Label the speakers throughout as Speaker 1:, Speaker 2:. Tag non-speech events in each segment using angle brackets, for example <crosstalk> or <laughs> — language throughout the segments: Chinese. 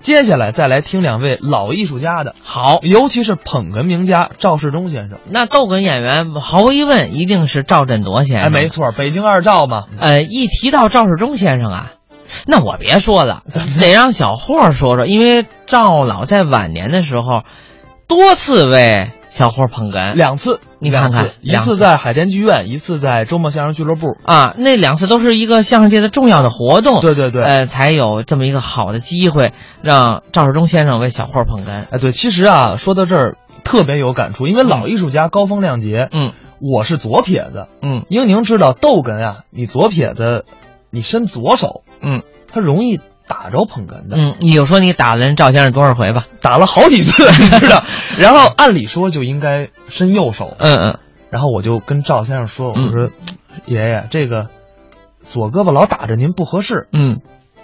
Speaker 1: 接下来再来听两位老艺术家的，
Speaker 2: 好，
Speaker 1: 尤其是捧哏名家赵世忠先生。
Speaker 2: 那逗哏演员毫无疑问一定是赵振铎先生。
Speaker 1: 哎，没。错，北京二赵嘛，
Speaker 2: 呃，一提到赵世忠先生啊，那我别说了，得让小霍说说，因为赵老在晚年的时候多次为小霍捧哏
Speaker 1: 两次，
Speaker 2: 你看看
Speaker 1: 两次一
Speaker 2: 两
Speaker 1: 次
Speaker 2: 次
Speaker 1: 在海淀剧院，一次在周末相声俱乐部。
Speaker 2: 啊，那两次都是一个相声界的重要的活动。
Speaker 1: 对对对，
Speaker 2: 呃，才有这么一个好的机会，让赵世忠先生为小霍捧哏。
Speaker 1: 哎，对，其实啊，说到这儿特别有感触，因为老艺术家高风亮节，
Speaker 2: 嗯
Speaker 1: 我是左撇子。
Speaker 2: 嗯
Speaker 1: 英宁知道逗哏啊，你左撇子，你伸左手，
Speaker 2: 嗯
Speaker 1: 它容易打着捧哏的，
Speaker 2: 嗯，你就说你打了人赵先生多少回吧？
Speaker 1: 打了好几次， <laughs> 你知道。然后按理说就应该伸右手，
Speaker 2: 嗯嗯，
Speaker 1: 然后我就跟赵先生说，我
Speaker 2: 嗯
Speaker 1: 说，爷爷这个左胳膊老打着您不合适。
Speaker 2: 嗯，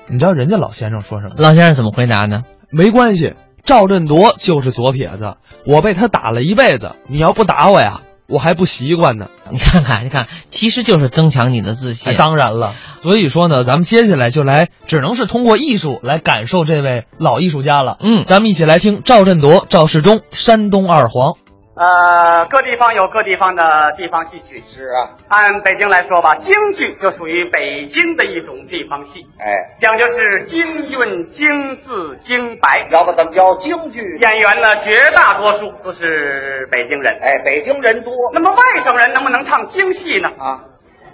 Speaker 1: 你知道人家老先生说什么吗？
Speaker 2: 老先生怎么回答呢？
Speaker 1: 没关系，赵振铎就是左撇子，我被他打了一辈子。你要不打我呀，我还不习惯呢。
Speaker 2: <laughs> 你看看，你看，其实就是增强你的自信。
Speaker 1: 哎、当然了，所以说呢，咱们接下来就来，只能是通过艺术来感受这位老艺术家了。
Speaker 2: 嗯
Speaker 1: 咱们一起来听赵振铎、赵世忠，山东二黄。
Speaker 3: 呃，各地方有各地方的地方戏曲。
Speaker 4: 是啊，
Speaker 3: 按北京来说吧，京剧就属于北京的一种地方戏，
Speaker 4: 哎，
Speaker 3: 讲究是京韵、京字、京白。
Speaker 4: 要不怎么叫京剧？
Speaker 3: 演员呢，绝大多数都是北京人。
Speaker 4: 哎，北京人多
Speaker 3: 那么外省人能不能唱京戏呢？
Speaker 4: 啊，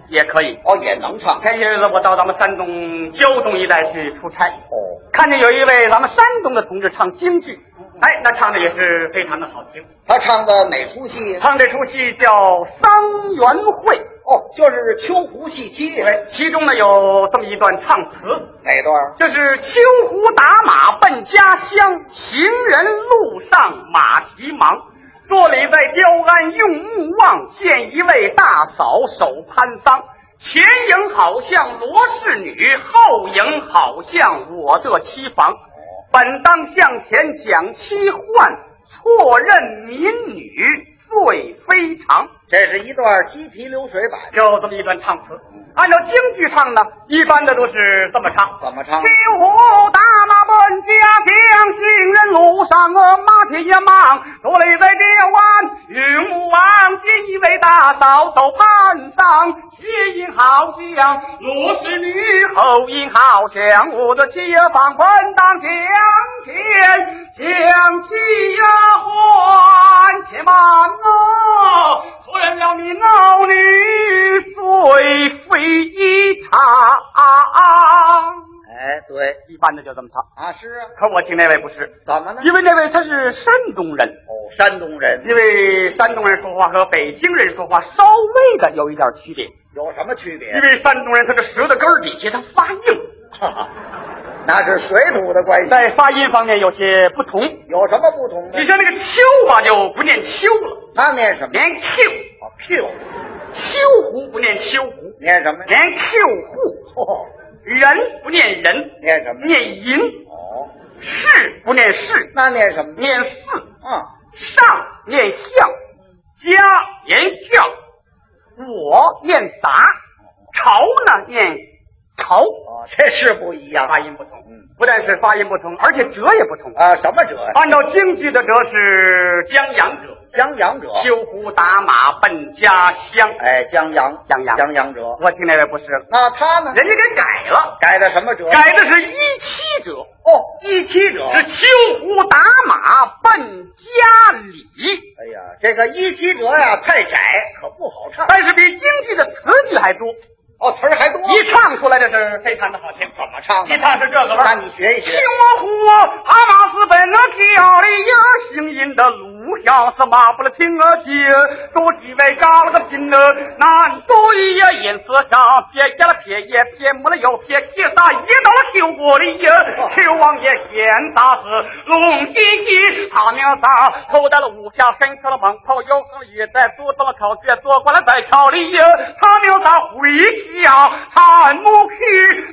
Speaker 3: 也可以。
Speaker 4: 哦，也能唱。
Speaker 3: 前些日子我到咱们山东胶东一带去出差，
Speaker 4: 哦，
Speaker 3: 看见有一位咱们山东的同志唱京剧，哎，那唱的也是非常的好听。
Speaker 4: 他唱的哪出戏？
Speaker 3: 唱这出戏叫《桑园会》。
Speaker 4: 哦，就是秋胡戏妻
Speaker 3: 对，哎其中呢有这么一段唱词，
Speaker 4: 哪段？
Speaker 3: 就是秋胡打马奔家乡，行人路上马蹄忙。若里在雕鞍用目望，见一位大嫂手攀桑。前影好像罗氏女，后影好像我的妻房。本当向前讲妻患，错认民女最非常。
Speaker 4: 这是一段鸡皮流水版，
Speaker 3: 就这么一段唱词。按照京剧唱呢，一般的都是这么唱。
Speaker 4: 怎么
Speaker 3: 秋
Speaker 4: 唱？
Speaker 3: 胡打马奔家乡，行人路上啊马蹄也忙。多里在这湾云母王，见一位大嫂走攀上，前因好像罗氏女，后因好像我的街坊本当向前将妻还且慢哦，错认了你老女最非常。
Speaker 4: 哎，对
Speaker 3: 一般的就这么唱。
Speaker 4: 啊，是啊，
Speaker 3: 可我听那位不是，
Speaker 4: 怎么呢？
Speaker 3: 因为那位他是山东人，
Speaker 4: 哦，山东人
Speaker 3: 因为山东人说话和北京人说话稍微的有一点区别，
Speaker 4: 有什么区别
Speaker 3: 因？为山东人他这舌头根儿底下他发硬，
Speaker 4: 那是水土的关系，
Speaker 3: <laughs> 在发音方面有些不同。
Speaker 4: 有什么不同呢
Speaker 3: 你？像那个秋吧，就不念秋了，
Speaker 4: 他念什么？
Speaker 3: 连 Q，
Speaker 4: 哦 Q，
Speaker 3: 秋胡不念秋胡，
Speaker 4: 念什么呀？
Speaker 3: 连 Q 户，
Speaker 4: 哦，
Speaker 3: 人不念人，
Speaker 4: 念什么？
Speaker 3: 念银，
Speaker 4: 哦，
Speaker 3: 士不念士，
Speaker 4: 那念什么呢？
Speaker 3: 念四。
Speaker 4: 啊，
Speaker 3: 上念相，家念教，我念杂，朝呢念朝，
Speaker 4: 哦，这是不一样
Speaker 3: 发音不同
Speaker 4: 嗯。
Speaker 3: 不但是发音不同，而且折也不同。
Speaker 4: 啊。什么者？
Speaker 3: 按照京剧的折是江洋折，
Speaker 4: 江洋者。
Speaker 3: 秋胡打马奔家乡。
Speaker 4: 哎，江洋，
Speaker 3: 江洋
Speaker 4: 江洋者。
Speaker 3: 我听那位不是了，
Speaker 4: 那他呢？
Speaker 3: 人家给改了，
Speaker 4: 改的什么者？
Speaker 3: 改的是一七折，
Speaker 4: 哦，一七者。
Speaker 3: 是秋胡打马奔家里，
Speaker 4: 哎呀，这个一七者呀，太窄，可不好唱。
Speaker 3: 但是比京剧的词句还多。
Speaker 4: 哦，词儿还多。啊
Speaker 3: 一唱出来的是非常的好听，怎么
Speaker 4: 唱的
Speaker 3: 一唱是这个味哎
Speaker 4: 那
Speaker 3: 儿。
Speaker 4: 你学一
Speaker 3: 听
Speaker 4: 学。
Speaker 3: 我呼，阿玛斯本那跳的呀，行人的路上是马不了停啊停，多几位嘎了个拼呢，难对呀，因此上撇呀了撇也撇没了又撇，撇啥也到了秋过的呀，秋王爷见大事，龙弟弟他名啥？头戴了五下，身穿了蟒袍，腰上了野带，坐到了草芥，坐过来在草里呀，他名啥？回呀，他不去，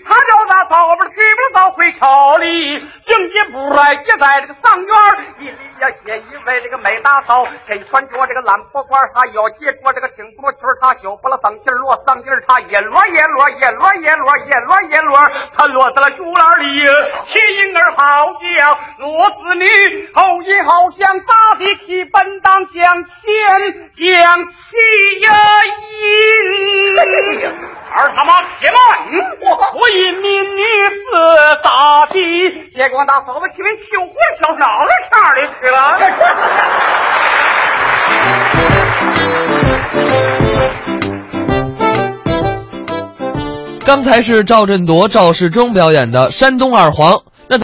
Speaker 3: 他叫他早不去不早回朝里，境界不来也在这个上院儿一里呀也一位这个美大嫂，给穿着这个蓝破褂儿，她有借着这个挺多裙儿，她小不了上劲儿落上劲儿，她也落也落也落也落也落也落，她落在了竹篮里，气婴儿好像罗子女，后一好像大地气奔荡向前，将气呀音。儿他妈铁慢，嗯我我以民女子咋地？借光大嫂子气为秋裤小脑袋上里去了。
Speaker 1: 刚才是赵振铎、赵世忠表演的山东二黄。